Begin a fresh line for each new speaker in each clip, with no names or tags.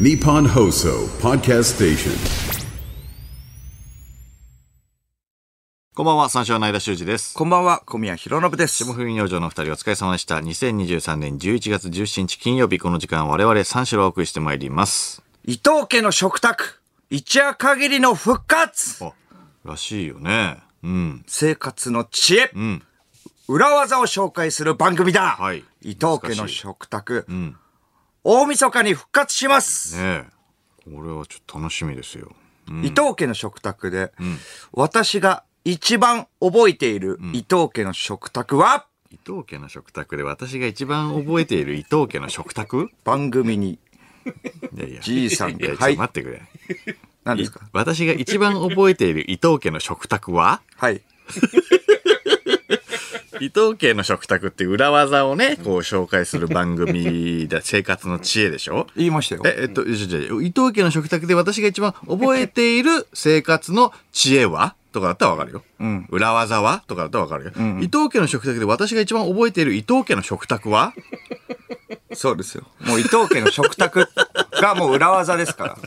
Nippon Hoso Podcast Station.
こんばんは、三四郎の間修二です。
こんばんは、小宮浩信です。
霜降り明星のお二人お疲れ様でした。2023年11月17日金曜日、この時間我々三四郎をお送りしてまいります。
伊藤家の食卓、一夜限りの復活
あ、らしいよね。うん。
生活の知恵、裏技を紹介する番組だ、
はい
伊藤家の食卓、大晦日に復活します、
ねえ。これはちょっと楽しみですよ。
伊藤家の食卓で、私が一番覚えている伊藤家の食卓は、
伊藤家の食卓で私が一番覚えている伊藤家の食卓
番組に、
いやいや。
じいさん
いや、ちょっ
はい
と待ってくれ。
何ですか
私が一番覚えている伊藤家の食卓は
はい。
伊藤家の食卓って裏技をね、こう紹介する番組だ、生活の知恵でしょ
言いましたよ。
え、えっと、じゃじゃ伊藤家の食卓で私が一番覚えている生活の知恵はとかだったらわかるよ。裏技はとかだったらわかるよ、伊藤家の食卓で私が一番覚えている伊藤家の食卓は
そうですよ。もう伊藤家の食卓がもう裏技で すから。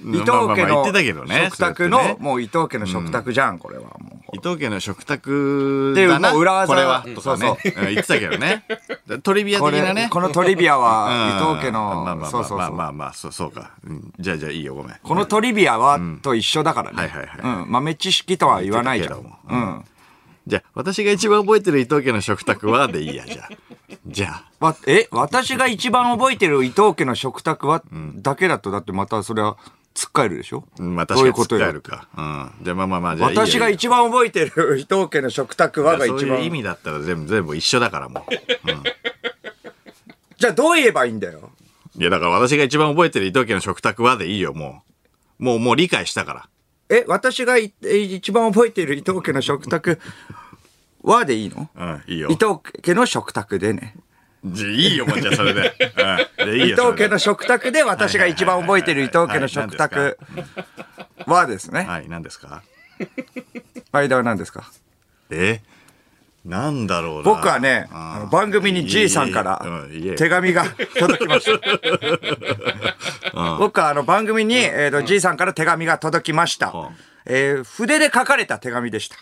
伊藤
まあまあ
家
言っ
の
てたけどね
食
そ
卓
うやっ
の、
てね
もう伊藤家の食卓じゃん、これはもう。
伊藤家の食卓
ってい
だ
う
な。
もう裏技
これは
うん
とかね。
そ
う
う
ん言ってたけど ね。トリビア
こ
的
れ、
なね。
このトリビアは
うん
伊藤家
まあま
の、
あ
そうそう
ま
そ
あま
う。
あまあ、そうそうか。うんじゃあじゃあいいよ、ごめん。
このトリビアはと一緒だか
は
ら
い
ね
はいはい。
うん。豆知識とは言わないじゃ
言ってた
ん。うん。
じゃあ、私が一番覚えてる伊藤家の食卓はでいいや、じゃあ。じゃあ。
わえ、私が一番覚えてる伊藤家の食卓は、だけだと、だってまたそれは、つっかえるでしょ
うんまあ、
どう
確
いう
かに
こと
使え
よ
る。か。うん。じゃあまあまあまあ、じゃあいいよ。
私が
いいよ
一番覚えてる伊藤家の食卓はが一
そういう意
番。
味だったら全部、全部一緒だからも
じゃあどう言えばいいんだよ。
う。いや、だから私が一番覚えてる伊藤家の食卓はでいいよ、もう。もう、もう理解したから。
え、私がいえ一番覚えている伊藤家の食卓はでいいの、
うん、いいよ。
伊藤家の食卓でね。
じゃあいいよ、もうじゃあそれで。うん。じゃあいい
伊
よ。それ
藤
で
家の食卓で私が一番覚えている伊藤家の食
はい
卓はですね。
はい、何ですか
間は何ですか
えなんだろうな。
僕はね、
うん
あの番組にじいさんから
うんいいよ
手紙が届きました。僕はあの番組に、えー、とじいさんから手紙が届きました
うん。
えー筆で書かれた手紙でした。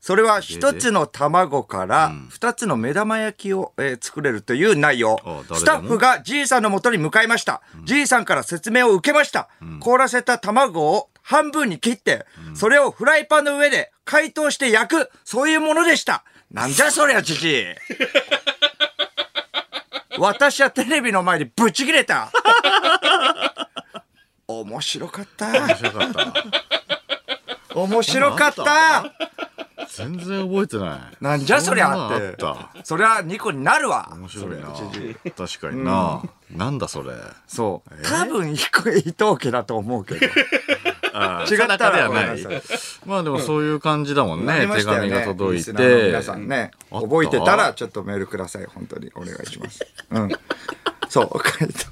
それは一つの卵から二つの目玉焼きを、えー作れるという内容
あ誰で。も
スタッフがじいさんのもとに向かいました。じいさんから説明を受けました。凍らせた卵を半分に切って、それをフライパンの上で解凍して焼く、そういうものでした。なんじゃそりゃ、じじ い。私はテレビの前にぶち切れた。面白かった。
面白かったな。
面白かった。
全然覚えてない。
なんじゃそりゃ
んなの
って
あった。
それは2個になるわ。
面白いな。確かにな。なんだそれ。
そう。多分1個伊藤家だと思うけど。
あー
違っ
定
たら
かではな
ごめ
い
んなさ。
まあでもそういう感じだもん
な
ね
り。ま
手
したよ
紙
ね
が届いて。
リスナーの皆さんね、
あった
覚えてたらちょっとメールください。本当にお願いし ます。うん。そう、解凍。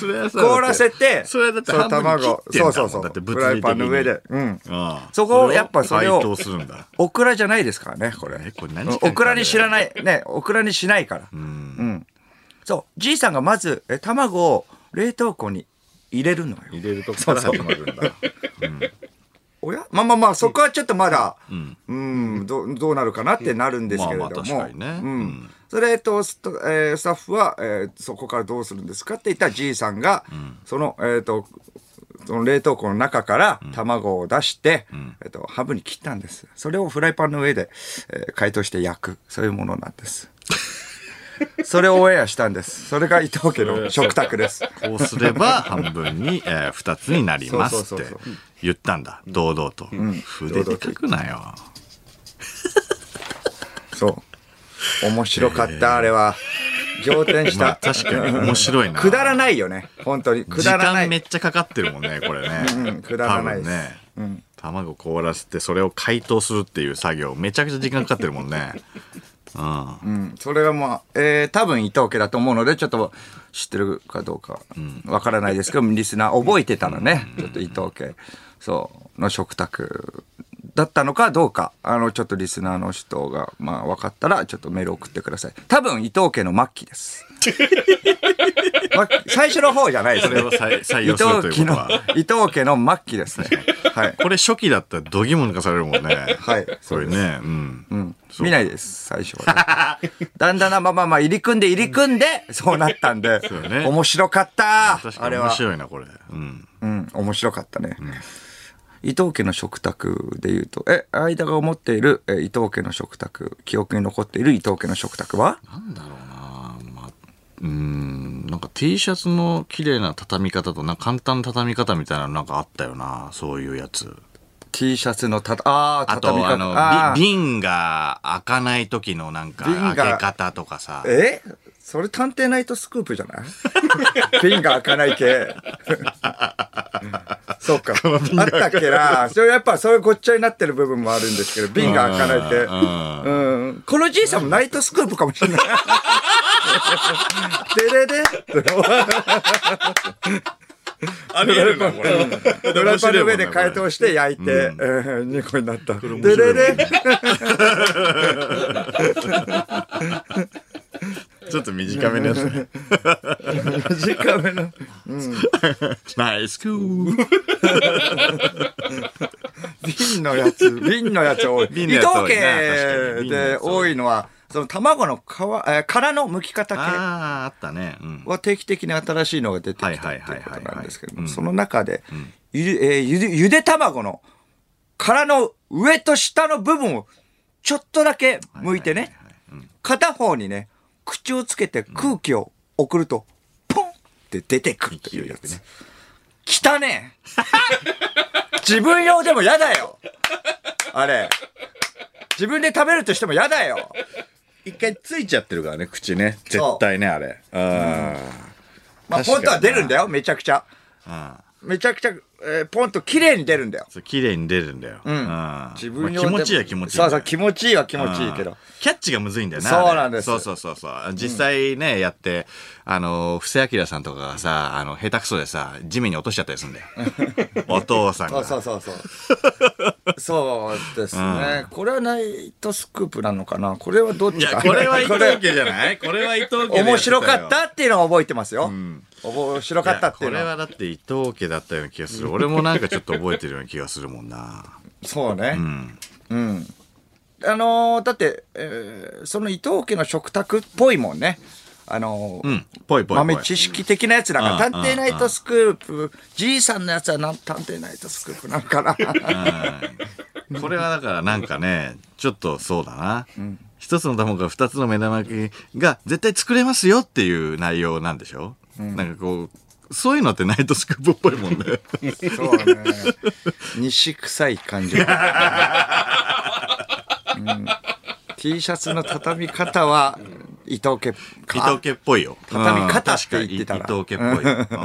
それはさ
凍らせて、
それはだって
そう
半分切
卵
ってんだ
そ
も
うんそうそ
だって
う。
物
フ
理的に
ライパンの上で。うん。
ああ
そこをやっぱそれを
解凍するんだ。
オクラじゃないですからね、これ。
えこれ何時間かかるんだ
う
よ
んオクラに知らない、ね、オクラにしないから。うん。そう、じいさんがまず、え卵を冷凍庫に入れるのよ。
入れるとこから始ま るんだ。
おやまあまあまあ、そこはちょっとまだ、うん、どうどうなるかなってなるんですけれども。
まあまあ確かにね
う。
うん
それとスタ、えースタッフは、えーそこからどうするんですかって言ったじいさんが、その、えっ、と、その冷凍庫の中から卵を出して、えっと、ハブに切ったんです。それをフライパンの上で、えー解凍して焼く。そういうものなんです。それをオンエアしたんです。それが伊藤家の食卓です。
こうすれば半分に、えー、2つになりますっ
そう
て
そうそう
言ったんだ堂々と、筆で書くなよ
そう。面白かった、あれは。仰天した。
まあ確かに面白いな
くだらないよね。本当に。く
時
だらな
間め
い。
っちゃかかってるもん ねこれね、
うんくだらないです
多分ね、卵凍らせてそれを解凍するっていう作業めちゃくちゃ時間かかってるもん ね
うんそれがまあ、えー多分伊藤家だと思うので、ちょっと知ってるかどうかわからないですけど、リスナー覚えてたらね、ちょっと伊藤家、そう、の食卓だったのかどうか、あの、ちょっとリスナーの人が、まあ、 分かったら、ちょっとメール送ってください。多分伊藤家の末期です。ま最初の方じゃないです
そ
ね
れを。採採
伊
用すると
藤
いう
家
こと
の
は。、
伊藤家の末期ですね。はい。
これ初期だったらどぎも抜かされるもんね。
はい
それね。うん。そう
見ないです、最初は、ね。だんだんなまあまあまあ、入り組んで入り組んで、そうなったんで
う、ね
面白かった
確か
あ
に
れ
面
は。
白いな、これ。うん。
うん、面白かったね。伊藤家の食卓で言うと、え、間が思っているえ伊藤家の食卓、記憶に残っている伊藤家の食卓は
うーんなんか T シャツの綺麗な畳み方となんか簡単な畳み方みたいなのなんかあったよなそういうやつ
?T シャツのたた、ああ、
あ
畳み
と
方。
あの
あー
び瓶が開かない時のなんか
瓶が
開け方とかさ
えそれ探偵ナイトスクープじゃない 瓶が開かない系。 そうか。あったっけな。それやっぱそういうごっちゃになってる部分もあるんですけど、瓶が開かない系。うん。このじいさんもナイトスクープかもしれない。 ででで。
ありえるなこれ
フライパンの上で解凍して焼いて、うん、2個になった。ででで。
ちょっと短めのやつ ね
短めの。
ナイスクー
瓶のやつ、瓶のやつ多い。
瓶
伊
の
藤
やつ多いな確かに瓶のや
家で
つ多い
多いのは、その卵の皮、えー殻の剥き方系
あああったねうん
は定期的に新しいのが出てきたって
はいいはいう
こ
はいは
と
い
なんですけども、その中で、ゆで、えーゆで、ゆで卵の殻の上と下の部分をちょっとだけ剥いてね、片方にね、口をつけて空気を送ると、ポンって出てくるというやつ。汚ねえ 自分用でも嫌だよあれ。自分で食べるとしても嫌だよ
一回ついちゃってるからね口ね絶
そう
対ねあれあ
まあ、
確かに
ポ
な
ンとは出るんだよ、めちゃくちゃ。
あ
めちゃくちゃ、えーポンと綺麗に出るんだよ。
そう綺麗に出るんだようん
自分
ま
用
あ気
でも
持ちいいは気持ちいい
そうそう、気持ちいいは気持ちいいけ
う
ど
ん。キャッチがむずいんだよな
そう
あれ
なんです
そうそうそうそう実際ね、やってあの布施明さんとかがさあの下手くそでさ地面に落としちゃったりするんだよ お父さん
そう
が
そうそうそう。そう ですね。これはナイトスクープなのかなこれはどっ
い
ち
や
か。
これは伊
こ
藤家じゃ ないこれは伊藤家でやってたよ
面白かったっていうのは覚えてますよ。面白かったっていう
い
の
やこれ
は。
はだって伊藤家だったような気がする俺もなんかちょっと覚えてるような気がするもんな
そうね。
うん
あのーだって、えーその伊藤家の食卓っぽいもんね。あのー
うんぽいぽいぽい
豆知識的なやつなんか、
うん
探偵ナイトスクープ、じいさんのやつはなん探偵ナイトスクープなんかな。
これはだからなんかね、 ちょっとそうだな。一つの卵が二つの目玉焼きが絶対作れますよっていう内容なんでしょ、なんかこう、そういうのってナイトスクープっぽいもんね。
そうね。西臭い感じ、うん。T シャツの畳み方は伊藤家
伊
か
藤家っぽいよ。
畳み方
うん
って言ってたら
確かに伊藤家っぽい。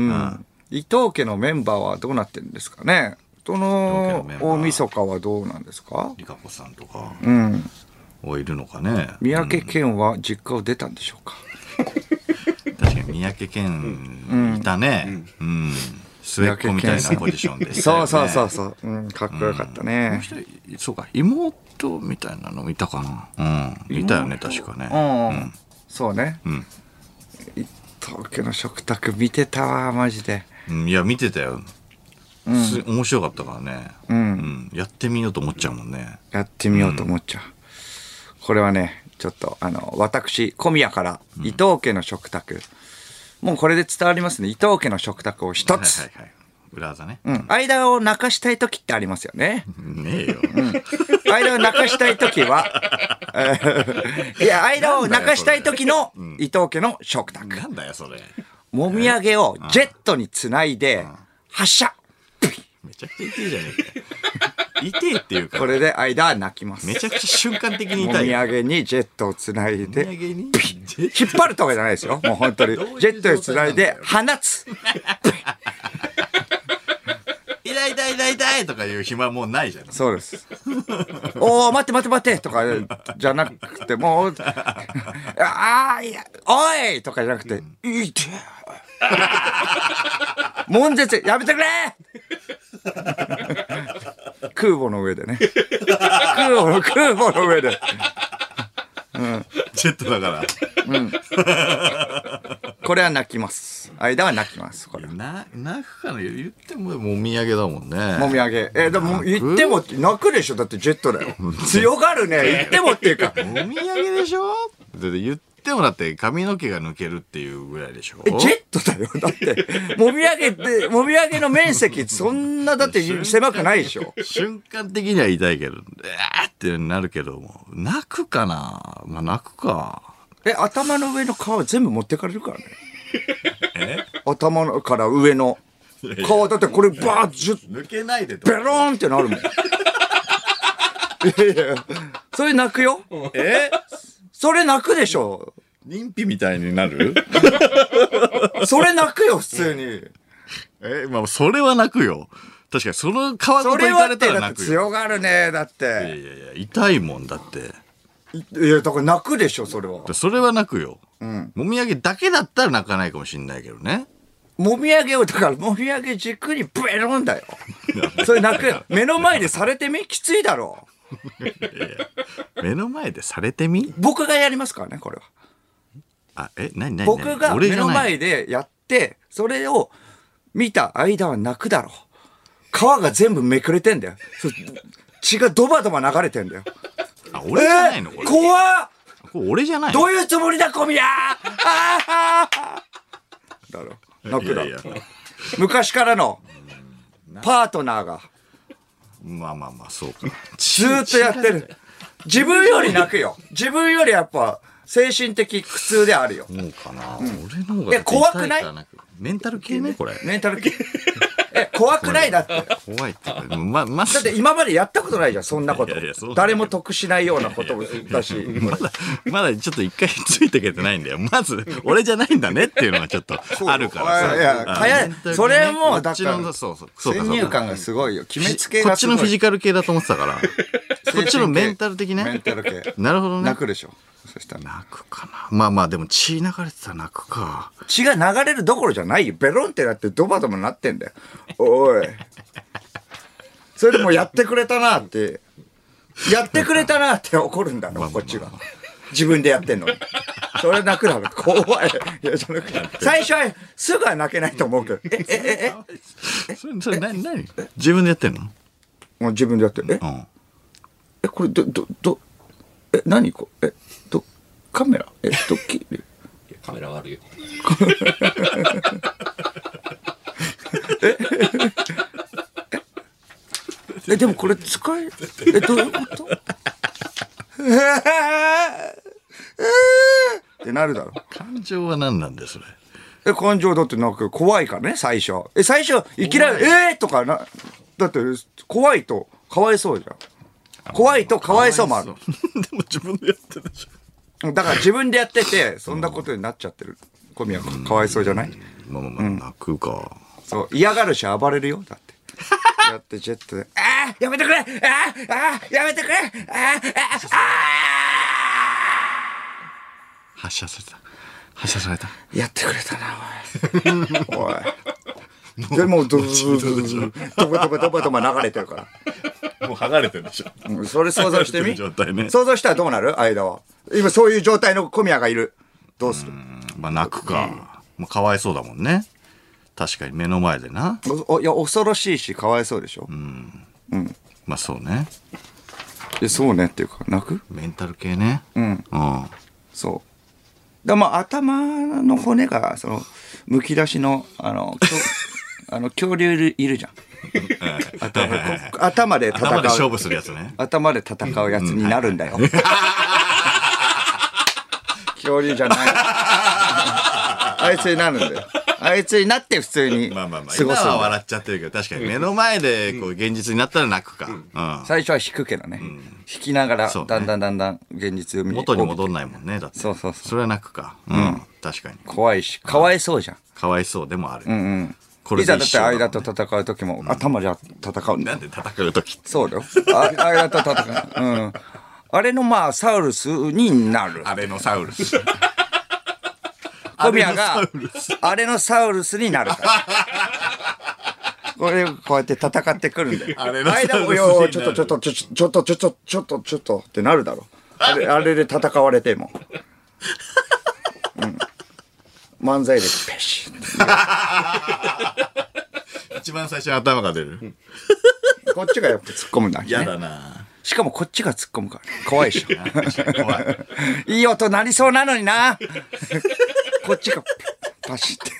うん。うん
伊藤家のメンバーはどうなってるんですかねそ
伊藤家の
の
メンバー
大晦日はどうなんですか
リカ子さんとか、おいるのかね。
三宅健は実家を出たんでしょうか、
確かに三宅健いたね。うん。末っ子みたいなポジションで、
そうそうそうそう、うん、かっこよかったね、
一人そうか妹みたいなのいたかなうんいたよね確か
う
ね
ん、そうね、
ん
伊藤家の食卓見てたわマジで
うんいや見てたよ、す面白かったからね、うんやってみようと思っちゃうもんね
やってみようと思っちゃう。これはね、ちょっと、あの、私、小宮から、伊藤家の食卓、もうこれで伝わりますね。伊藤家の食卓を一つ。
はいはいはい裏技ね、
うん。間を泣かしたい時ってありますよ ね。
ねえよ、
間を泣かしたい 時は、えーいや、間を泣かしたい時の伊藤家の食卓。
なんだよそれ
もみあげをジェットにつないで、発射
めちゃくちゃ痛いじゃねえかよ痛えっていうか
これで間は泣きます
め。ちゃくちゃ瞬間的に
も
痛い
み
よ
あげにジェットをつない
お
で
土、産に
引っ張るとかじゃないです よ。もう本当に。
どういう状態
ジェットにつないで放つ。
痛い痛い痛い痛いとかいう暇もうないじゃん
そう です。おー、待って待って待ってとかじゃなくて、もう、あー、いや、おいとかじゃなくて、いてえ悶絶、やめてくれ空母の上で ね。空母の、空母の上で。
ジェットだから
これは泣きます。間は泣きます。これは。
な、泣くかな言っても、もみあげだもんね。
もみあげ。えーでも言っても泣くでしょだってジェットだよ。強がるね。言ってもって いうか。
もみあげでしょだって言ってもだって髪の毛が抜けるっていうぐらいでしょ
え、ジェットだよ。だって、もみあげって、もみあげの面積、そんな、だって狭くないでしょ。
瞬間的には痛いけど、えーってなるけども、泣くかなまあ泣くか。
え、頭の上の皮全部持ってかれるからね。頭のから上の皮、だってこれバーッ、ジュッ
抜けないでと
ベローンってなる もん。いやいや、それ泣くよ。
え
それ泣くでしょ。
妊婦みたいになる
それ泣くよ、普通に。
え、まあそれは泣くよ。確かにその皮ご
そ
と
れ
い
は
か
っ
れ
て
たら
だっ
泣
て
くよ。
強がるね、だっ
いや
て。
いやいや、痛いもんだって。
いや、だから泣くでしょ、それは。
それは泣くよ。もみあげだけだったら泣かないかもしんないけどね。
もみあげを、だからもみあげ軸にベロンだよ。それ泣くよ。目の前でされてみきついだろう。
目の前でされてみ
僕がやりますからね、これは。
あ、え、なになに
僕が目の
で。
前でやって、それを見た間は泣くだろう。皮が全部めくれてんだよ。そ血がドバドバ流れてんだよ。
あ、俺じゃないの
え
これ。
ー怖っ
これ俺じゃないの
どういうつもりだ、小宮ああだろ。泣くだろ
いやいや
昔からのパートナーが
まあまあまあ、そうか。
ずーっとやってる。自分より泣くよ。自分よりやっぱ精神的苦痛であるよ。
もうかな。俺の方が。
いや怖くない
痛からくメンタル系ね、これ。
メンタル系。 え、怖くないだって。
怖いってか。ま、ま
だっ
ず、
て今までやったことないじゃん、そんなこと
いやいやそう。
誰も得しないようなことだし。
まだ、まだちょっと一回ついてけてないんだよ。まず、俺じゃないんだねっていうのがちょっとあるからさ。
いやいや
あ
早
メ
い
ンタル系ね
それもだ
こ
っ
っち
た
の
ら
そうそう。そうか
先
そう
入
か
観がすごいよ。決めつけ
こ
が
っ
す
ち
ごい。
のフィジカル系だと思ってたから。こっちのメンタル的ね。
メンタル系。
なるほどね。
泣くでしょ。そしたら。
泣くかな。まあまあ、でも血流れてたら泣くか。
血が流れるどころじゃないよ。ベロンってなってドバドバなってんだよ。おい。それでもやってくれたなって。やってくれたなって怒るんだろ、こっちが。自分でやってんのに。それ泣くだろ。怖い。いや、じゃなくて。最初はすぐは泣けないと思うけど。え、え、え、
それ、それ、何、何自分でやってんの
え。もう自分でやって。え
う、ん。
え、これ、ど、ど、ど、え、何これ、え、ど、カメラえ、ドッキリ
カメラ悪いよ。
え、でもこれ使え、え、どういうこと ってなるだろ。
感情は何なんだよ、それ。
え、感情だってなんか怖いからね、最初。え、最初、いきなり、えーとかな、だって怖いとかわいそうじゃん。怖いとかわいそうもある。
そう。 でも自分でやってるでし
だから自分でやってて、そんなことになっちゃってる。小宮君、かわいそうじゃない
ょ。まあまあまあ、泣くか。
そう、嫌がるし暴れるよ、だって。やってジェットで、ああやめてくれああああやめてくれあああ
発射された。発射された。
あやってくれたな、おい。おい。でもう、ドブドブドブドブドブ流れてるから。
もう剥がれてるでしょ。
うんそれ想像してみ
状態ね
想像したらどうなる間は。今そういう状態の小宮がいる。どうする
まあ泣くか。まあかわいそうだもんね。確かに目の前でな。
おおいや、恐ろしいし、かわいそうでしょ、
まあそうね。
でそうねっていうか、泣く
メンタル系ね。うん。うん。
そう。だまあ頭の骨がそのむき出しの あのきょあの恐竜いるいるじゃん。頭こ頭で戦う
頭で勝負するやつね。
頭で戦うやつになるんだよ。 恐竜じゃない。あいつになるんだよ。あいつになって普通に
まあ
過
まあ
ご
まあ。
すん
今
だ
は
よ。
笑っちゃってるけど、確かに目の前でこう現実になったら泣くか。う
最初は引くけどね。引きながら
そうね
だんだんだんだん現実
ん。
に
元に戻んないもんね。だって。
そうそうそう
それは泣くか。うん。確かに。
怖いしかわいそうじゃん。
かわいそうでもある。こ
いざだっ
一
て
生もんね
間と戦う時も頭じゃ戦うんだよ
なんで戦う時って
そうだよ。ああれだった戦う。うん。あれのまあ、サウルスになる。
アレノサウル ス。
小宮が、あれのサウルスになるから。これ、こうやって戦ってくるんだよ。
あれのサウルスになる
間もよ、ちょっとちょっと、ちょちょっと、ちょっと、ちょっと、ちょっと、ってなるだろ。あれ、あれで戦われても。漫才でペシッ
一番最初に頭が出る。
てこっちがやっぱ突っ込むんだ、ね、
嫌だな
しかもこっちが突っ込むから怖いでしょ
怖い。
いい音なりそうなのにな。こっちがパシって。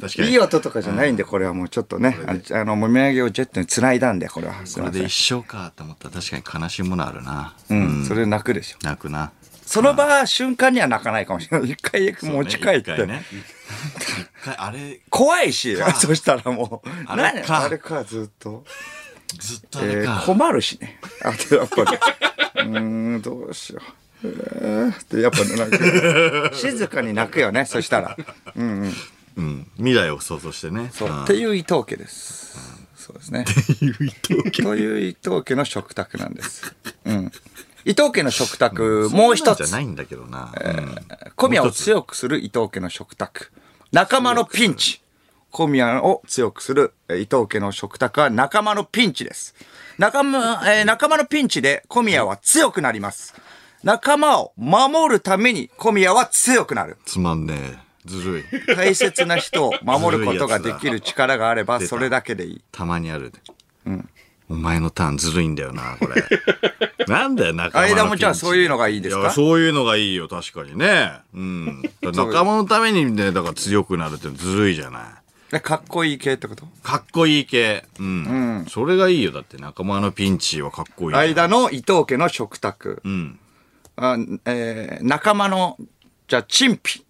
確かに。
いい音とかじゃないんで、これはもうちょっとね、ああの、もみあげをジェットに繋いだんで、これは。すい
これ
ませ
で
ん。
一生かと思ったら確かに悲しいものあるな。
うん、それ泣くでしょ。
泣くな。
その場、瞬間には泣かないかもしれない。一回持ち帰っ
一回
て。
ね。一回、あれ、
怖いし、そしたらもう。
あれか
何あれか、ずっと。
ずっとあ
え
れか。
ー困るしね。あとやっぱり。うーん、どうしよう。えーってやっぱな んか静かに泣くよね、そしたら。
うん。未来を想像してね。
そう
うん
っていう伊藤家です。そうですね。という伊藤家の食卓なんです。うん。伊藤家の食卓、もう一
そんなん
つ
じゃ。ないんだけどな。うん
小宮を強くする伊藤家の食卓。仲間のピンチ。小宮を強くするえー伊藤家の食卓は仲間のピンチです。仲間、えー仲間のピンチで小宮は強くなります。仲間を守るために小宮は強くなる。
つまんねえ。ずるい。
大切な人を守ることができる力があればそれだけでいい。
たまにある。お前のターンずるいんだよな、これ。なんだよ、仲間のピンチ。
間もじゃあそういうのがいいですか
やそういうのがいいよ、確かにね。うん。だから仲間のためにね、だから強くなるってずるいじゃない。
でかっこいい系ってこと
かっこいい系。うん。それがいいよ。だって仲間のピンチはかっこいい。
間の伊藤家の食卓。
ん
あえー仲間の、じゃあ、チンピ。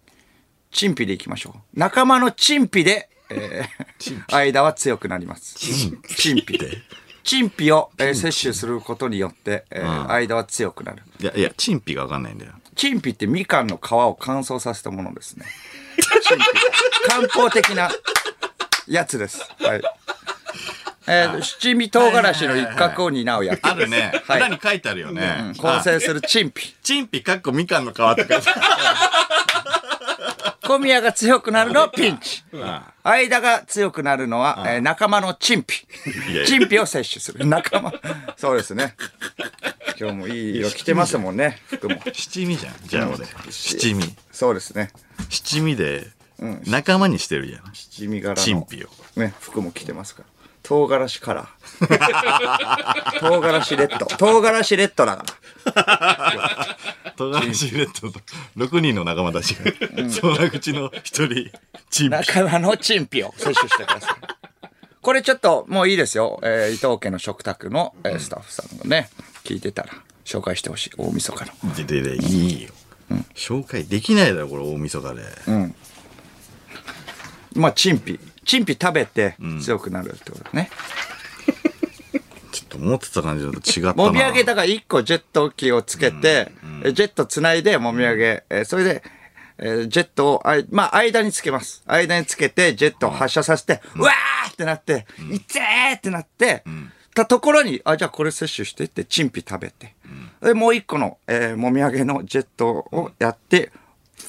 チンピでいきましょう。仲間のチンピで、えー間は強くなります。チンピ。チンピを、えー摂取することによって、えー間は強くなる。
いや、いや、チンピがわかんないんだよ。
チンピってみかんの皮を乾燥させたものですね。チンピ。漢方的なやつです。はい。えー七味唐辛子の一角を担うやつ。
あるね。
はい
裏に書いてあるよね。
構
あ
成するチンピ。
チンピかっこみかんの皮って書いてある。
小宮が強くなるのはピンチ。間が強くなるのは、えー仲間のチンピ
いや。
チンピを摂取す る。仲間。そうですね。今日もいい色着てますもんね、服も。
七味じゃん。じゃあ俺。七味。
そうですね。
七味で、仲間にしてるじゃん。
地味柄の。
チンピを。
ね、服も着てますから。唐辛子カラー。 唐辛子レッド。唐辛子レッドだから。
トガシレッドと6人の仲間たちが、その口の一人、チンピ。
仲間のチンピを摂取してください。これちょっともういいですよ。えー伊藤家の食卓の、えースタッフさんがね、聞いてたら紹介してほしい。大晦日の。
で、で、で、いいよ。紹介できないだろ、これ、大晦日で。
まあ、チンピ。チンピ食べて強くなるってことね。
ちょっと思ってた感じだと違ったな。
もみあげだから1個ジェット機をつけて、えジェットつないでもみあげ、えーそれで、えージェットをあい、まあ、間につけます。間につけて、ジェットを発射させて、うわーってなって、いってーってなって、たところに、あ、じゃあこれ摂取してって、チンピ食べて。で、もう一個の、えーもみあげのジェットをやって、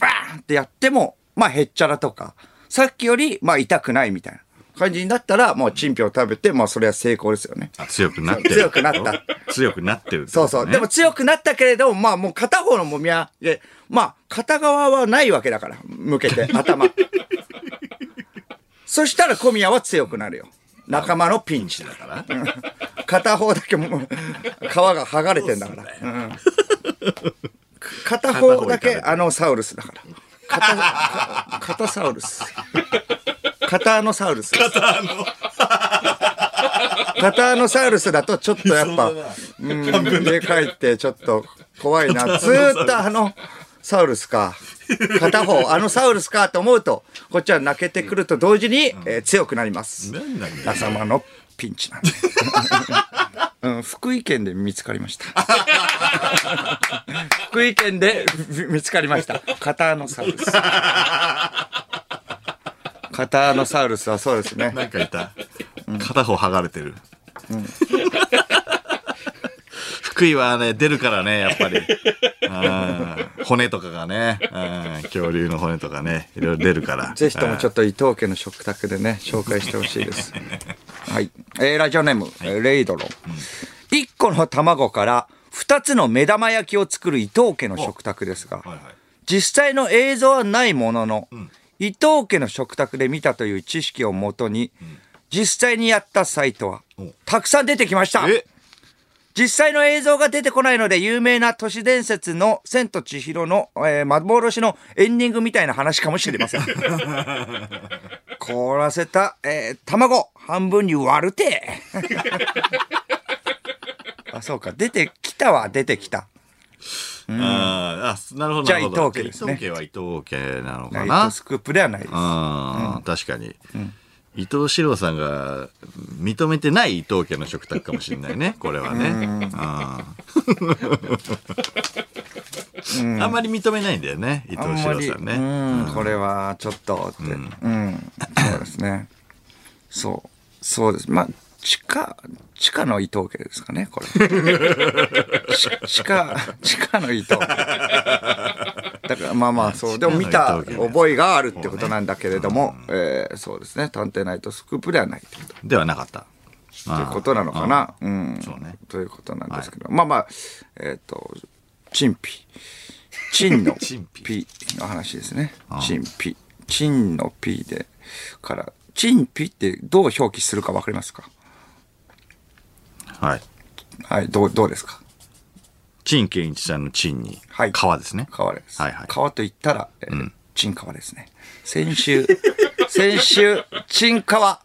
バーンってやっても、まあ、へっちゃらとか、さっきより、まあ、痛くないみたいな感じになったら、もうチンピを食べて、まあ、それは成功ですよね。
あ強くなってる。
強くなった。
強くなってるってこと
そう
ね。
そう。でも強くなったけれども、まあもう片方のもみあげ、まあ片側はないわけだから、向け て、頭。そしたら小宮は強くなるよ。仲間のピンチだから。 片方だけもう、皮が剥がれてんだから。うん片方だけアノサウルスだから。片、片サウルス。片アノサウルス。タターノサウルスだとちょっとやっぱ、うん、でかいってちょっと怖いな。ずーっとあのサウルスか。片方、あのサウルスかと思うと、こっちは泣けてくると同時に、えー強くなります。
何なんだよ
仲間のピン チなんで。うん、福井県で見つかりました。福井県で ふ見つかりました。カターノサ ウルス。カターノサウルスはそうですね。
なんかいた。片方剥がれてる。 福井はね、出るからね、やっぱり。うん骨とかがね、うん恐竜の骨とかね、いろいろ出るから。
ぜひともちょっと伊藤家の食卓でね、紹介してほし いです。はい。えーラジオネーム、えーレイドロン。1個の卵から2つの目玉焼きを作る伊藤家の食卓ですが、
はいはい
実際の映像はないものの、伊藤家の食卓で見たという知識をもとに、実際にやったサイトは
お、
たくさん出てきました
え
実際の映像が出てこないので有名な都市伝説の「千と千尋の」えー幻のエンディングみたいな話かもしれません凍らせた、えー卵半分に割るてあそうか出てきたは出てきた
あーあ、なるほど。
じゃあ
なるほど
伊藤家ですね
伊藤家は伊藤家なの
ナ
か
イ
な
ト。スクープではないです
あー確かに。伊藤四郎さんが認めてない伊藤家の食卓かもしれない ね、これはね。あーあんまり認めないんだよね、伊藤
あん
四
ま
郎
り、
さんね。
うん、これはちょっとって、うん、そうですね。そう、そうです。まあ、地下、地下の伊藤家ですかね、これ。 ち地下、地下の伊藤家。だからまあまあそう、でも見た覚えがあるってことなんだけれども、えーそうですね、探偵ナイトスクープではないという
ではなかった。と
ことなのかな。うん、
そうね。
ということなんですけど、まあまあ、えっ、と、チンピ。チ ンの
チン
ピの話ですね。チンピ。チンのピで、から、チンピってどう表記するかわかりますか
はい。
はい、どう、どうですか
陳建一さんの陳に、
はい
川ですね。
川です。
はいはい
川と言ったら、えーチン川ですね。先週、 先週、チン川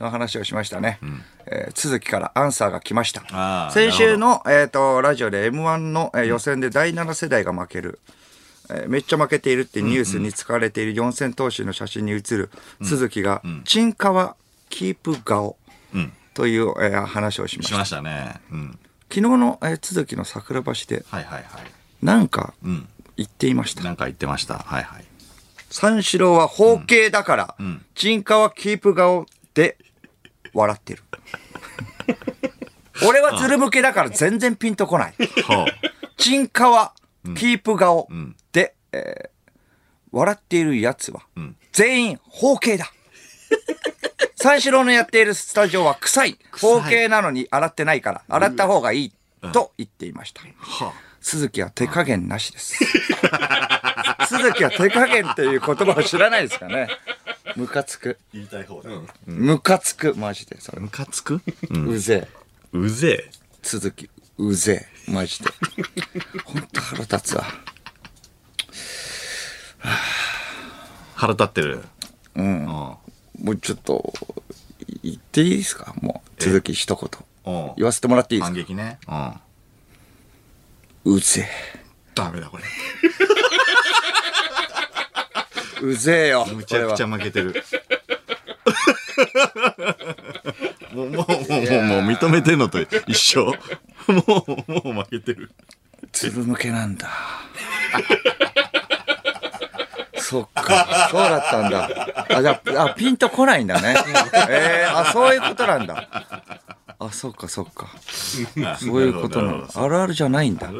の話をしましたね。えー続きからアンサーが来ました
あ。ー
先週の、えー、とラジオで M1 の、えー予選で第7世代が負ける。えーめっちゃ負けているってニュースに使われている四千頭身の写真に写る鈴木が、チンカワキープ顔という、えー話をしまし。
したましたね。うん。
昨日の、えー、鈴木の桜橋で、
はいはいはい。
なんか
ん
言っていました。
なんか言ってました。はいはい。
三四郎は包茎だから、人家はキープ顔で笑ってる。俺はズル向けだから全然ピンとこない。
ほう。
人家はキープ顔で、えー笑っているやつは、全員包茎だ。三四郎のやっているスタジオは臭い。包茎なのに洗ってないから、洗った方がいいと言っていました。
は
鈴木は手加減なしです。 鈴木は手加減っていう言葉を知らないですかね。ムカつく。
言いたい方だ。
ムカつく。マジで。それ
ムカつく
うぜえ。
うぜえ。
鈴木、うぜえ。マジで。ほんと腹立つわ。
腹立ってる。
うん。
うん。
もうちょっと、言っていいですかもう、鈴木一言。
おう
言わせてもらっていいです
反
か
撃ね。うん。
うぜ
ダメだこれ。
え。うぜえよ。
むちゃくちゃ負けてる。もう、もう、もう、もう、もう認めてんのと一緒。もう、もう負けてる。
つるむけなんだ。 そっか、そうだったんだ。あ、じゃあ、あピンとこないんだね。えー、あ、そういうことなんだ。あ、そっか、そっか。そういうことな
なる
の
ほ。ど
あるあるじゃないんだ。
あ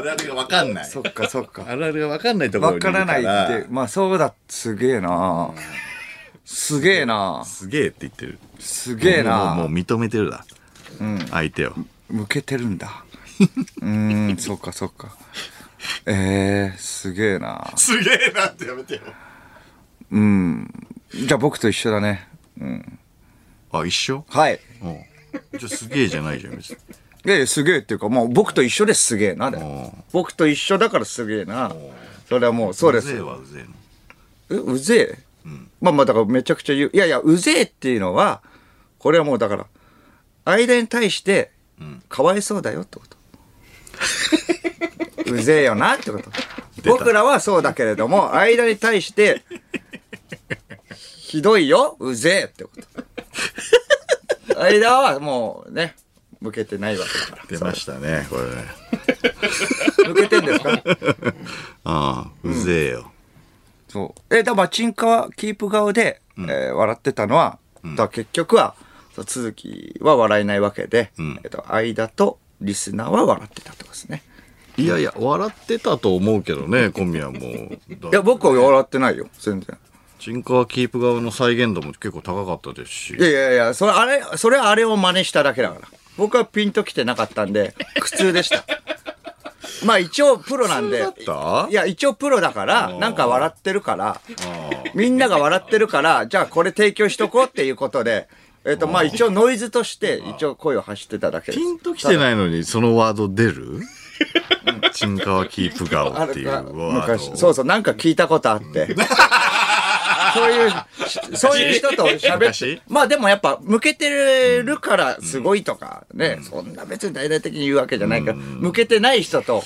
れあれがわかんない
そっか、そっか。
あれあれがわかんないところに
わ
い
か
る
らないって、まあそうだ、すげえなすげえな
すげえって言ってる。
すげえ
もう、もう
な
もう認めてるだ。相手を。
向けてるんだ。うーん、そっか、そっか。えー、すげえな
すげえなってやめてよ。
じゃあ僕と一緒だね。
あ、一緒
はい。
うん。じゃあすげえじゃないじゃん、別に。
いやいや、すげえっていうか、もう僕と一緒ですすげえな。だよ僕と一緒だからすげえな。それはもう、そうで
うぜえ
す。
はうぜえの。
えうぜえ、まあまあ、だからめちゃくちゃ言う。いやいや、うぜえっていうのは、これはもうだから、間に対して、かわいそうだよってこと。 うぜえよなってこと。僕らはそうだけれども、間に対して、ひどいよ、うぜえってこと。間はもうね、向けてないわけだから。
出ましたね、これね。
抜けてんですか
ああ、うぜえよ。
そう。え、だから、チンカはキープ顔で、えー笑ってたのは、だから結局は、そう鈴木は笑えないわけで、えっと、間とリスナーは笑ってたってことですね。
いやいや、笑ってたと思うけどね、コンビ はもう。
いや、僕は笑ってないよ、全然。
チンカワキープ側の再現度も結構高かったですし
い。やいやいや、それ、あれ、それはあれを真似しただけだから。僕はピンときてなかったんで、苦痛でした。 まあ一応プロなんで
普。通だった
いや、一応プロだから、なんか笑ってるから、みんなが笑ってるから、じゃあこれ提供しとこうっていうことで、えっと、まあ一応ノイズとして、一応声を発してただけです。
ピンときてないのにそのワード出るチンカワキープ顔
あ
ってい
る
う
か
ワ
昔
ード。
そうそうなんか聞いたことあって そういうしそういう人と喋って
昔
まあでもやっぱ向けてるからすごいとかね、そんな別に大々的に言うわけじゃないから、向けてない人と、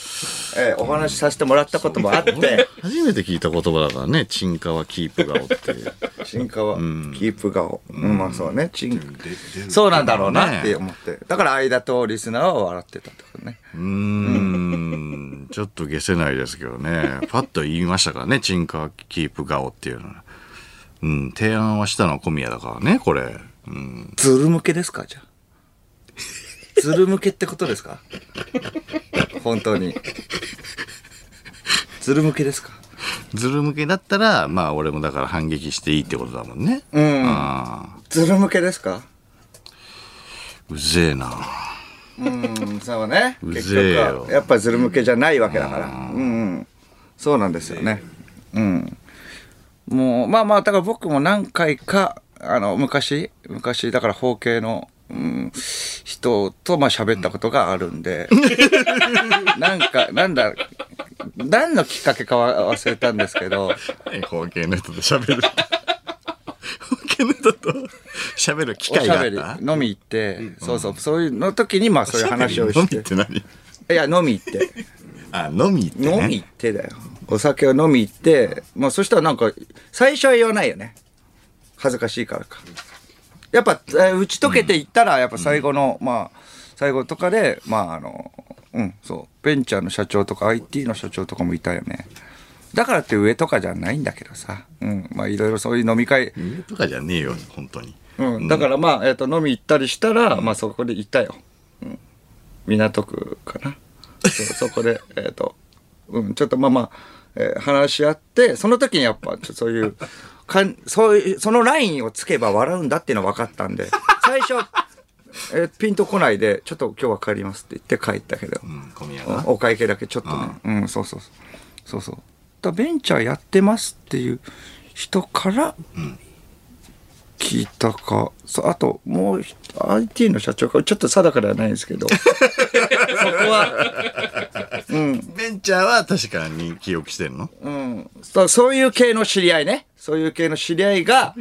えーお話しさせてもらったこともあって
初めて聞いた言葉だからね、チンカワキープ顔って。
進化はキープ顔、うんまあそうねチンそうなんだろうなって思ってだから間とリスナーは笑ってたってことね
うーん、ちょっと消せないですけどね。パッと言いましたからね、チンカワキープ顔っていうのは。うん、提案はしたのは小宮だからね、これ。うん、
ズル向けですかじゃあ。ズル向けってことですか本当に。ズル向けですか
ズル向けだったら、まあ俺もだから反撃していいってことだもんね。
うん
ああ、
ズル向けですか
うぜえな。
うん、そうね。
う
結
ぜえ
局
よ
は、やっぱズル向けじゃないわけだから。うん、うん。そうなんですよね。うん。もう、まあまあ、だから僕も何回か、あの、昔、昔、だから包茎の、うん、人と、まあ喋ったことがあるんで、なんか、なんだ、何のきっかけかは忘れたんですけど、
何包茎の人と喋る包茎の人と喋る 機
お
会
し
が
ゃ
あ
べ
っ
り
た
飲み行って、そうそう、そういうの時に、まあそういう話を
飲
し、
みってて何
いや、飲み行って。
あ飲みって、ね、
飲み行ってだよ。お酒を飲み行って、まあそしたらなんか、最初は言わないよね。恥ずかしいからか。やっぱ、えー打ち解けていったら、やっぱ最後の、まあ、最後とかで、まああの、うん、そう、ベンチャーの社長とか IT の社長とかもいたよね。だからって上とかじゃないんだけどさ。うん、まあいろいろそういう飲み会、
上とかじゃねえよ本当に
うん、だからまあ、えっ、と、飲み行ったりしたら、まあそこで行ったよ。うん、港区かな。 そうそこで、えっ、と、うん、ちょっとまあまあ、えー話し合って、その時にやっぱ、ちょそういう、かんそういう、そのラインをつけば笑うんだっていうのは分かったんで、最初、えーピンとこないで、ちょっと今日は帰りますって言って帰ったけど、
うん小宮
うん
が
お会計だけちょっとね。うん、そうそうそう。そうそう。だからベンチャーやってますっていう人から、聞いたか。そうあと、もうひ、IT の社長か、ちょっと定かではないですけど、そこは、
ベンチャーは確かに記憶してんの
うん、そうそういう系の知り合いね。そういう系の知り合いが、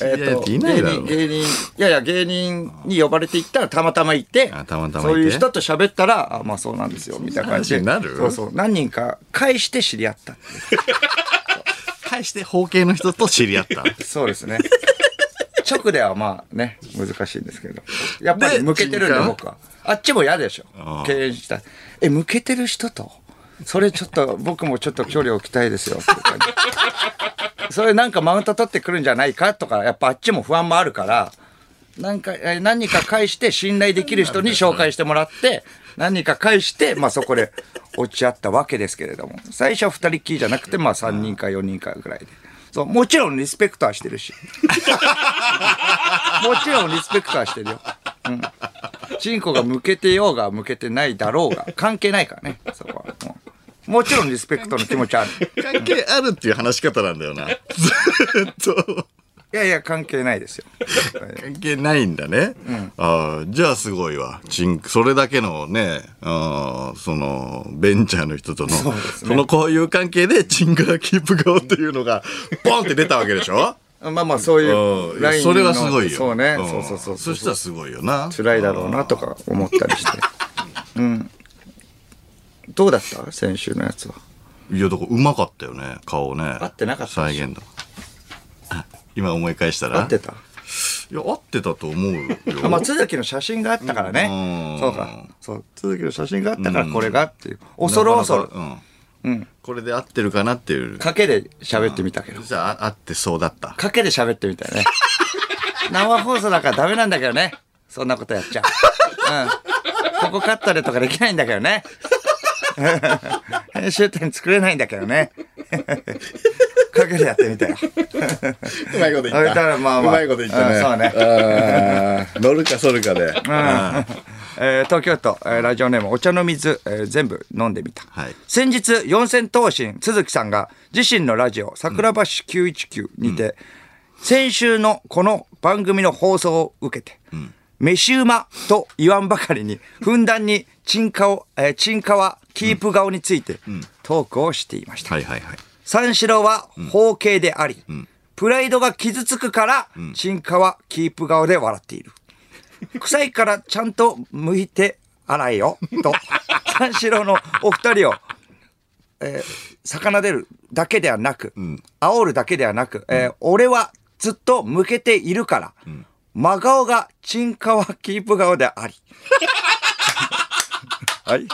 えっ
り合いなんていないだろ
と、芸人、芸人、いやいや、芸人に呼ばれていったらたまたま行って、
あたまたま行って
そういう人と喋ったら、あ、まあそうなんですよ、みたいな感じで。
そんな話になる
そうそう。何人か返して知り合った。
返して包茎の人と知り合った
そうですね。直ではまあね、難しいんですけど。やっぱり
で
向けてるんで
人間
僕は。あっちも嫌でしょ
ああ。
敬遠した。え、向けてる人とそれちょっと、僕もちょっと距離を置きたいですよ。っていう感じそれなんかマウント取ってくるんじゃないかとか、やっぱあっちも不安もあるから、なんか、え何か返して信頼できる人に紹介してもらって、何か返して、まあそこで落ち合ったわけですけれども、最初は二人っきりじゃなくて、まあ三人か四人かぐらいで。そう、もちろんリスペクトはしてるし。 もちろんリスペクトはしてるよ。うん。チンコが向けてようが向けてないだろうが、関係ないからね、そこは。もうもちろんリスペクトの気持ちはある。
関係あるっていう話し方なんだよなずーっと
いやいや、関係ないですよ。
関係ないんだね、ああじゃあすごいわチンそれだけのねああそのベンチャーの人とのそ,、の交友関係でチンカーキープ顔っていうのがボンって出たわけでしょ
まあまあ、 そういうラ
う
イン
ん
の
それはすごいよ
そうね。
ん
そうそうそう。
そしたらすごいよな
辛いだろうなとか思ったりして。うん。どうだった先週のやつは。
いやだからうまかったよね顔ね合
ってなかったで
再
しょ
現度あ今思い返したら
合ってた
いや合ってたと思うよ
あ、まあ、都築の写真があったから
う。
ね
ん
そうか。そう。都築の写真があったからこれがっていう。恐
な
る
かなか
恐る。
うん、これで合ってるかなっていう
賭けで喋ってみたけど。
じゃああ合ってそうだった
賭けで喋ってみたいね。生放送だからダメなんだけどね。そんなことやっちゃう。うん。ここカットでとかできないんだけど ね。編集点作れないんだけどね。陰でやってみたよ。
うまいこと言った。
あれだからまあま
う
あ
まいこと言ったね。
うんそうね
ね。乗るかそるかで。は
えー東京都、えーラジオネームお茶の水、えー全部飲んでみた、
はい
先日四千頭身鈴木さんが自身のラジオ桜橋919にて、先週のこの番組の放送を受けて、飯馬と言わんばかりにふんだんにチンカオ、えーチンカワキープ顔についてトークをしていました、
いはいはい。
三四郎は方形であり、プライドが傷つくから、チンカはキープ顔で笑っている。臭いからちゃんと剥いて洗えよ、と、三四郎のお二人を、えー魚出るだけではなく、煽るだけではなく、えー俺はずっと向けているから、真顔がチンカワキープ顔であり。はい。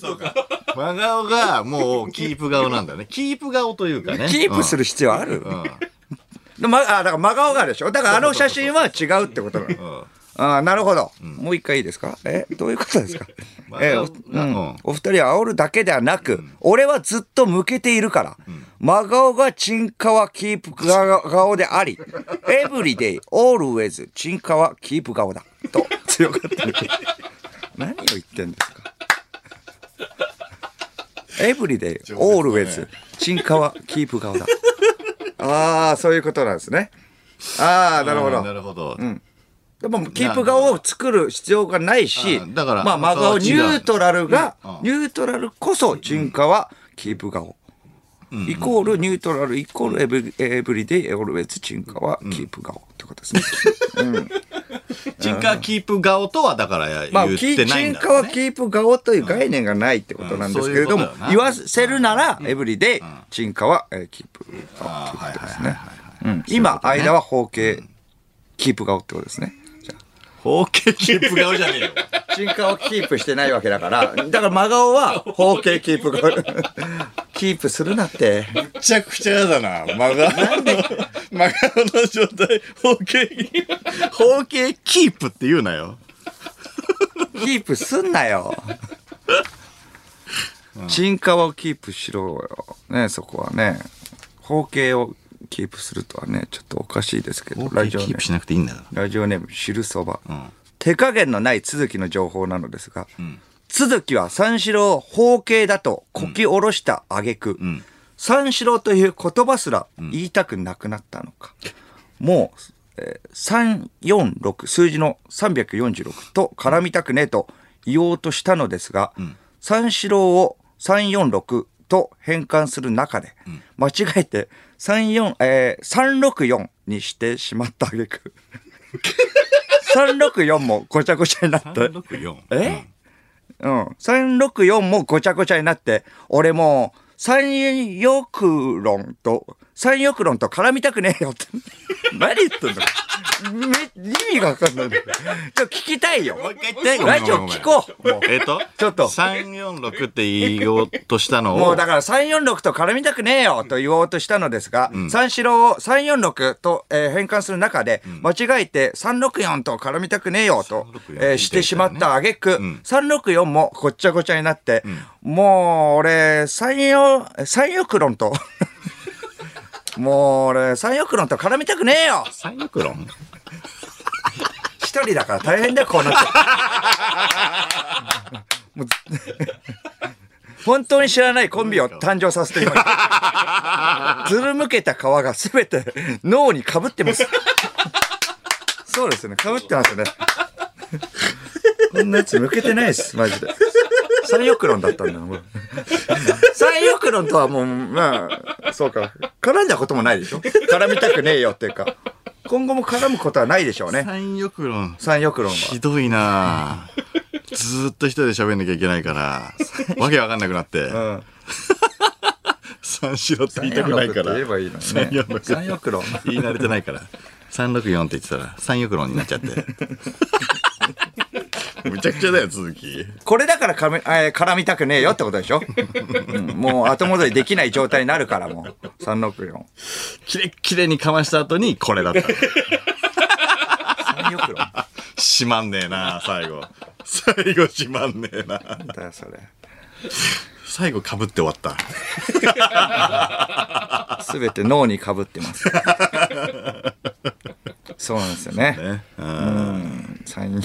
真顔がもうキープ顔なんだね。キープ顔というかね。
キープする必要ある、でま、あだから真顔があるでしょだからあの写真は違うってことなの、ああなるほど、もう一回いいですかえどういうことですか、えお,、
真顔がうん
お二人は煽るだけではなく、俺はずっと向けているから、真顔がチンカワキープが顔 でありエブリデイオールウェズチンカワキープ顔だと強かった 何を言ってんですかエブリデイ、オールウェズ、チンカワ、キープ顔だ。ああ、そういうことなんですね。ああ、なるほ
うんな
ど。
るほど。
でも、キープ顔を作る必要がないし、
あーだから
まあ、真顔、ニ
そう違う
ュートラルが
うんうん、
ニュートラルこそ、チンカワ、キープ顔。イコール、ニュートラル、イコールエブ、エブリデイ、オールウェズ、チンカワ、キープ顔ってこと ですね。
チンカキープ顔とはだから
まあ、
言っ
チ
てないん
ン
だ
カ
ろう
は
ね。
キープ顔という概念がないってことなんですけれども、
うんそういうことだよな
言わせるなら、エブリデイ、チンカは、えーキープ顔っていうことですね。うん今、間は方形、キープ顔ってことですね。じゃ
方形キープ顔じゃねえよ。
あチンカをキープしてないわけだから、だから真顔は方形キープ顔。 キープするなって。
めちゃくちゃやだな。真顔の、 真顔の状態、方形、方形キープって言うなよ。
キープすんなよ。チンカワをキープしろよ。ね、そこはね。方形をキープするとはね、ちょっとおかしいですけど、
方
ラ
形
ジオ
キ
ネ
ープ
ー
しなくていいんだか
ム、ラジオネーム、汁そば。手加減のない続きの情報なのですが、続きは三四郎を方形だとこき下ろした挙句、三四郎という言葉すら言いたくなくなったのか。もう、えー346数字の346と絡みたくねえと言おうとしたのですが、三四郎を346と変換する中で、間違えて34、えー364にしてしまった挙句364もごちゃごちゃになって
ら。364。
え、うん、364もごちゃごちゃになって、俺もう、三翼論と、三翼論と絡みたくねえよって。 何言ってんのめ意味がわかんない。ちょっと聞きたいよ。
もう一回言って。
ラジオ聞こう。もう
えっと、
ちょっと
346って言おうとしたのを、
もうだから346と絡みたくねえよと言おうとしたのですが、三四郎を346と、えー変換する中で、間違えて364と絡みたくねえよと、
364
えーしてしまった挙句、
ん
364もごっちゃごちゃになって、もう俺、三四、三翼論と、 もう俺、三翼論と絡みたくねえよ
三翼論
一人だから大変だよ、こうなって。 もう本当に知らないコンビを誕生させています。ずるむけた皮がすべて脳にかぶってます。そうですよね、かぶってますよね。こんなやつ抜けてないです、マジで。三翼論だったんだよ、もう。三翼論とはもう、まあ、そうか。絡んだこともないでしょ絡みたくねえよっていうか。今後も絡むことはないでしょうね。
三翼論。
三翼論は。
ひどいなぁずーっと一人で喋んなきゃいけないから、わけわかんなくなって、
うん。
三四郎って言いたくないから。
三翼って言えばいいのにね
三翼論
三翼論。
言い慣れてないから。364って言ってたら、三翼論になっちゃって。むちゃくちゃだよ、続き。
これだからかめ、えー絡みたくねえよってことでしょ、うん、もう後戻りできない状態になるからもう。三六四。
キレッキレにかました後にこれだった。
三翼論な
しまんねえな最後。最後しまんねえなん
だよ、それ。
最後かぶって終わった。
すべて脳にかぶってます。そうなんですよね。
ねうん
うん。サイン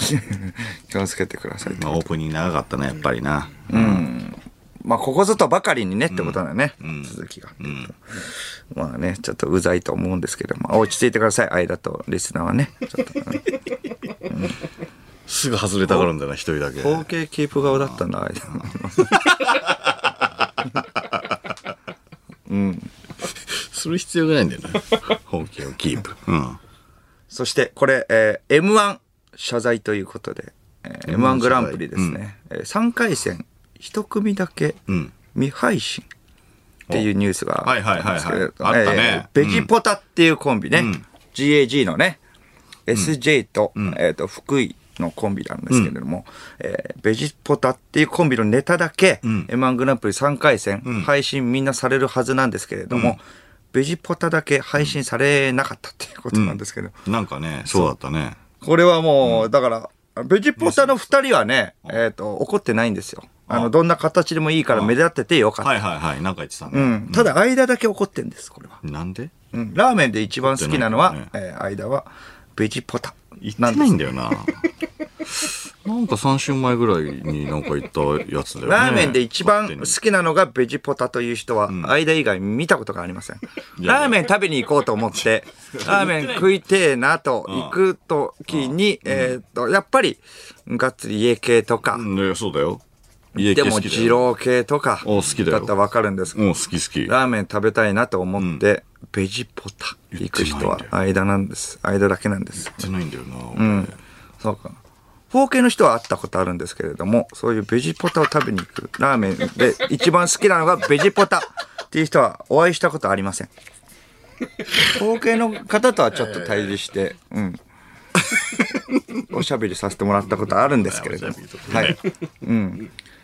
気をつけてくださいと。
まあ、オープニング長かったね、やっぱりな。
まあ、ここぞとばかりにねってことだよね。続きが。まあね、ちょっとうざいと思うんですけど、まあ、落ち着いてください。間とリスナーはね。ちょっと。
すぐ外れたがるんだよな、一人だけ。
包茎キープ顔だったんだ、間。
する必要がないんだよな。 本気をキープ。うん。
そして、これ、えー M1 謝罪ということで、えー
M1
M1 グランプリですね。えー3回戦、1組だけ
ん
未配信っていうニュースが
はいはいはいはい
ですけれど
あったね
えーベジポタっていうコンビね、GAG のね、SJ と、えっ、と、福井のコンビなんですけれども、えーベジポタっていうコンビのネタだけ、M1 グランプリ3回戦、配信みんなされるはずなんですけれども、ベジポタだけ配信されなかったっていうことなんですけど、
なんかね、そうだったね。
これはもう、だから、ベジポタの二人はね、えっ、と、怒ってないんですよ。あの、どんな形でもいいから目立っててよかった。
はいはいはい、なんか言ってた
う
ね。
ん。ただ、間だけ怒ってんです、これは。
なんで
うん。ラーメンで一番好きなのは、
怒って
えー間は、ベジポタ。
言って
な
なん
で
い
す。
んだよな。なんか3週前ぐらいになんか言ったやつだよね。
ラーメンで一番
勝手に
好きなのがベジポタという人は、間以外見たことがありません。
や
ラーメン食べに行こうと思 って、ラーメン食いてえなと行くときに、えっと、やっぱり、がっつり家系とか、
うん、ねそうだよ。家系
で
好きだ
も
よ
二郎系とか
お好きだよ
ったらわかるんですけ
うん、
ど
好き好き。
ラーメン食べたいなと思って、ベジポタ行く人は
言って
間なんです間だけなんです
じゃないんだよな。
そうかフォー系の人は会ったことあるんですけれどもそういうベジポタを食べに行くラーメンで一番好きなのがベジポタっていう人はお会いしたことありませんフォー系の方とはちょっと対峙して、うんおしゃべりさせてもらったことあるんですけれどもはい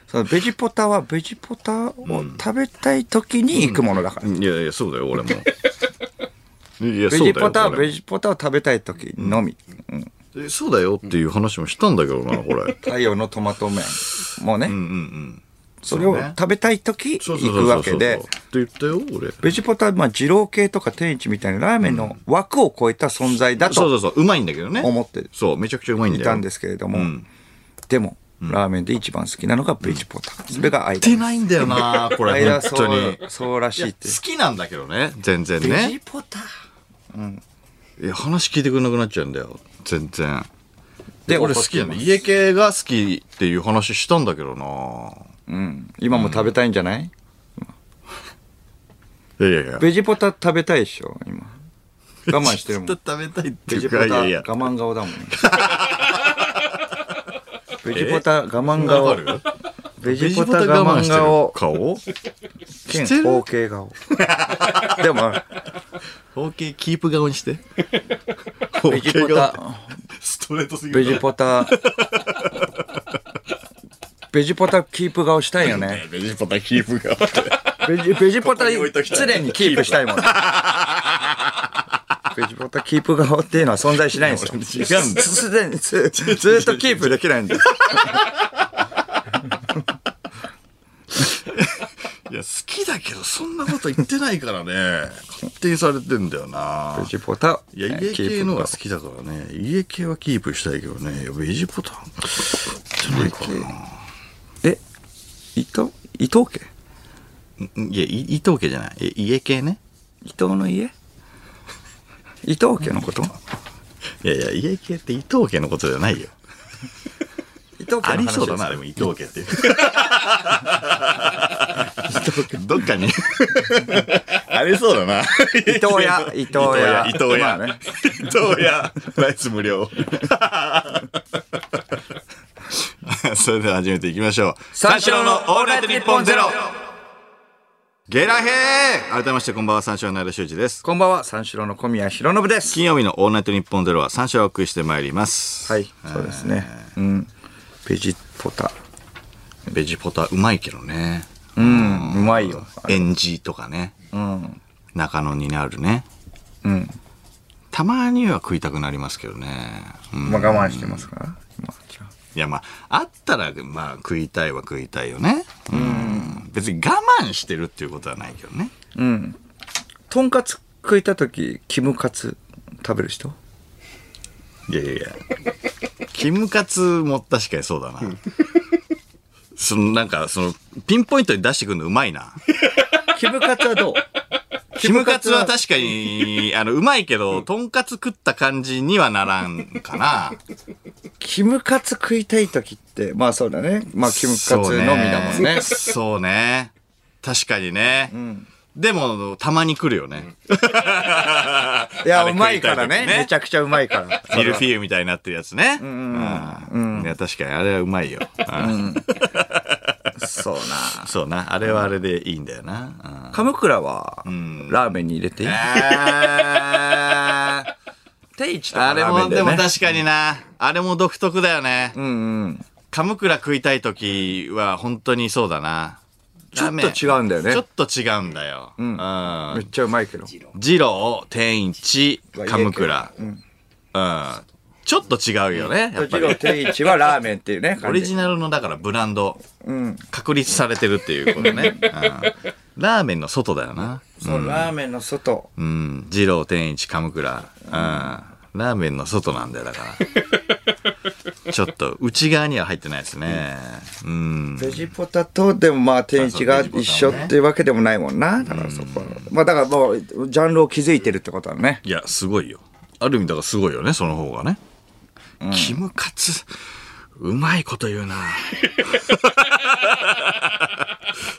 そのベジポタはベジポタを食べたい時に行くものだから、
いやいや、そうだよ、 俺も。いや、そう
ベ
だ
ジ
よ。
ポタは
これ
ベジポタを食べたい時のみ、うん
えそうだよっていう話もしたんだけどな、こ れ。
太陽のトマト麺もね、
うんうん。
それを食べたい時
そう
行
そうそうそ
く
う
わけで
って言ったよ、俺。
ベジポタはまあ二郎系とか天一みたいなラーメンの枠を超えた存在だ
そう
と
そうそう、うまいんだけどね。
思って
そう、めちゃくちゃうまいんだよ。
いたんですけれども、でもラーメンで一番好きなのがベジポタ、それが間
言ってないんだよな、これ、
間
本当
そ
に
う。そうらしいっ
好
て
きなんだけどね、全然
ベジ
ね。
ポタ
いや、話聞いてくれなくなっちゃうんだよ、全然。
で
俺好きなんだ。家系が好きっていう話したんだけどな。
うん今も食べたいんじゃない、
いやいやいや。
ベジポタ食べたいでしょ今我慢してるもん
ちょっと食べたいって
ベ
い
ジ
う
ポ
か、
タ
いやいや
我。慢顔だ もんね。ベジポタ我慢顔
わか。る
ベ
ベ
ジ
ジ
ポ
ポ
タ
タ
我
我慢
慢
してる
顔。
顔
兼
してる
OK 顔。でも、
包茎キープ顔に して。
ベジポタ、
ストレートすぎ
ベジポタ、ベジポタキープ顔したいよね。
ベジポタキープ顔。
ベジベジポタ
ここに置いときたい
常にキープしたいもん。ベジポタキープ顔っていうのは存在しないんですよ。
いや俺違うんだよ
すでにずずっとキープできないんです。
いや、好きだけど、そんなこと言ってないからね。勝手にされてんだよな
ベ。ジポタ、
いや、
えー
家系のが好きだからね。家系はキープしたいけどね。いや、ベジポタ。じゃないかな。
え伊藤伊藤家
いや、い伊藤家じゃない。え家系ね。
伊藤の家伊藤家のこと
いやいや、家系って伊藤家のことじゃないよ。
伊藤家の話
ありそうだ
です
な、でも伊藤家って。どっかに。ありそうだな。
伊藤屋伊藤屋
伊藤
まあ
屋
ね。
伊藤屋。ライス無料。 それでは始めていきましょう。
三四郎のオールナイトニッポンゼロ
ゲラヘー改めましてこんばんは、三四郎の間修二です。
こんばんは三四郎の小宮弘信です
金曜日のオールナイトニッポンゼロは三四郎をお送りしてまいります。
はいそうですねうんベジポタ
ベジポタうまいけどね。
うんうまいよ
エンジとかね。
うん
中野にあるね。
うん
たまには食いたくなりますけどね。うん
まあ我慢してますから今
いやまああったらまあ食いたいは食いたいよね。うん。別に我慢してるっていうことはないけどね。
とんかつ食いた時キムカツ食べる人
いやいやいや。キムカツも確かにそうだな。そのなんか、その、ピンポイントに出してくるのうまい な。
キムカツはど う
キムカツは確かに、あの、うまいけど、とんかつ食った感じにはならんかな。
キムカツ食いたい時ってまあそうだねまあキムカツのみだも
そ
んね
うね。そうね確かにね。でも、たまに来るよね。
い
あ
や
れ
うまいから
食いた
ね
い時ね
めちゃくちゃうまいから
ミルフィーユみたいになってるやつね。うん。いや、確かに、あれはうまいよ。
そうな
そうな。あれはあれでいいんだよな。
鎌倉はラーメンに入れていい
あー
定位置とか
あれ
ラーメ
も、
ンだ
で
よ
も
ね
確かにな。あれも独特だよね。
うんうん
カムクラ食いたい時は本当にそうだな。
ちょっと違
う
うんだよね
ちょっと違うんだよ。うん。
めっちゃうまいけど
ジロー、天一、カムクラ。うん。ちょっと違うよね。やっぱ
ジ
り
ロ。定位置はラーメンっていうね
オ
感
リ
じ
ジナルの、だからブランド。確立されてるっていうことね。うんラーメンの外だよな。
そうラーメンの外
うん。二郎、天一、カムクラ。うん。ラーメンの外なんだよ、だから。ちょっと、内側には入ってないですね。うん。
ベジポタとでもまあ天一が一緒っていうわけでもないもんなだからそこはまあだからもうジャンルを築いてるってことだね
いや、すごいよ。ある意味、だからすごいよね、その方がね。キムカツ、うまいこと言うな。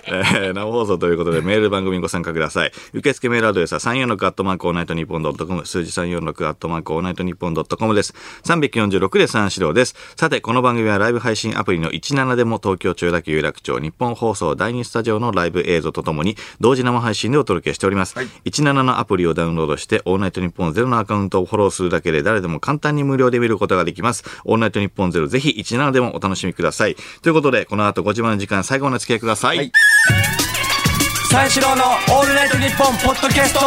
えー生放送ということでメール番組にご参加ください。受付メールアドレスは346アットマークオールナイトニッポンドットコム、数字346アットマークオールナイトニッポンドットコムです。346で三四郎です。さて、この番組はライブ配信アプリの17でも東京千代田区有楽町日本放送第2スタジオのライブ映像とともに同時生配信でお届けしております。17のアプリをダウンロードしてオールナイトニッポンゼロのアカウントをフォローするだけで誰でも簡単に無料で見ることができます。オールナイトニッポンゼロぜひ17でもお楽しみください。ということで、この後5時までの時間最後までお付き合いください
三四郎の「オールナイトニッポン」ポッドキャスト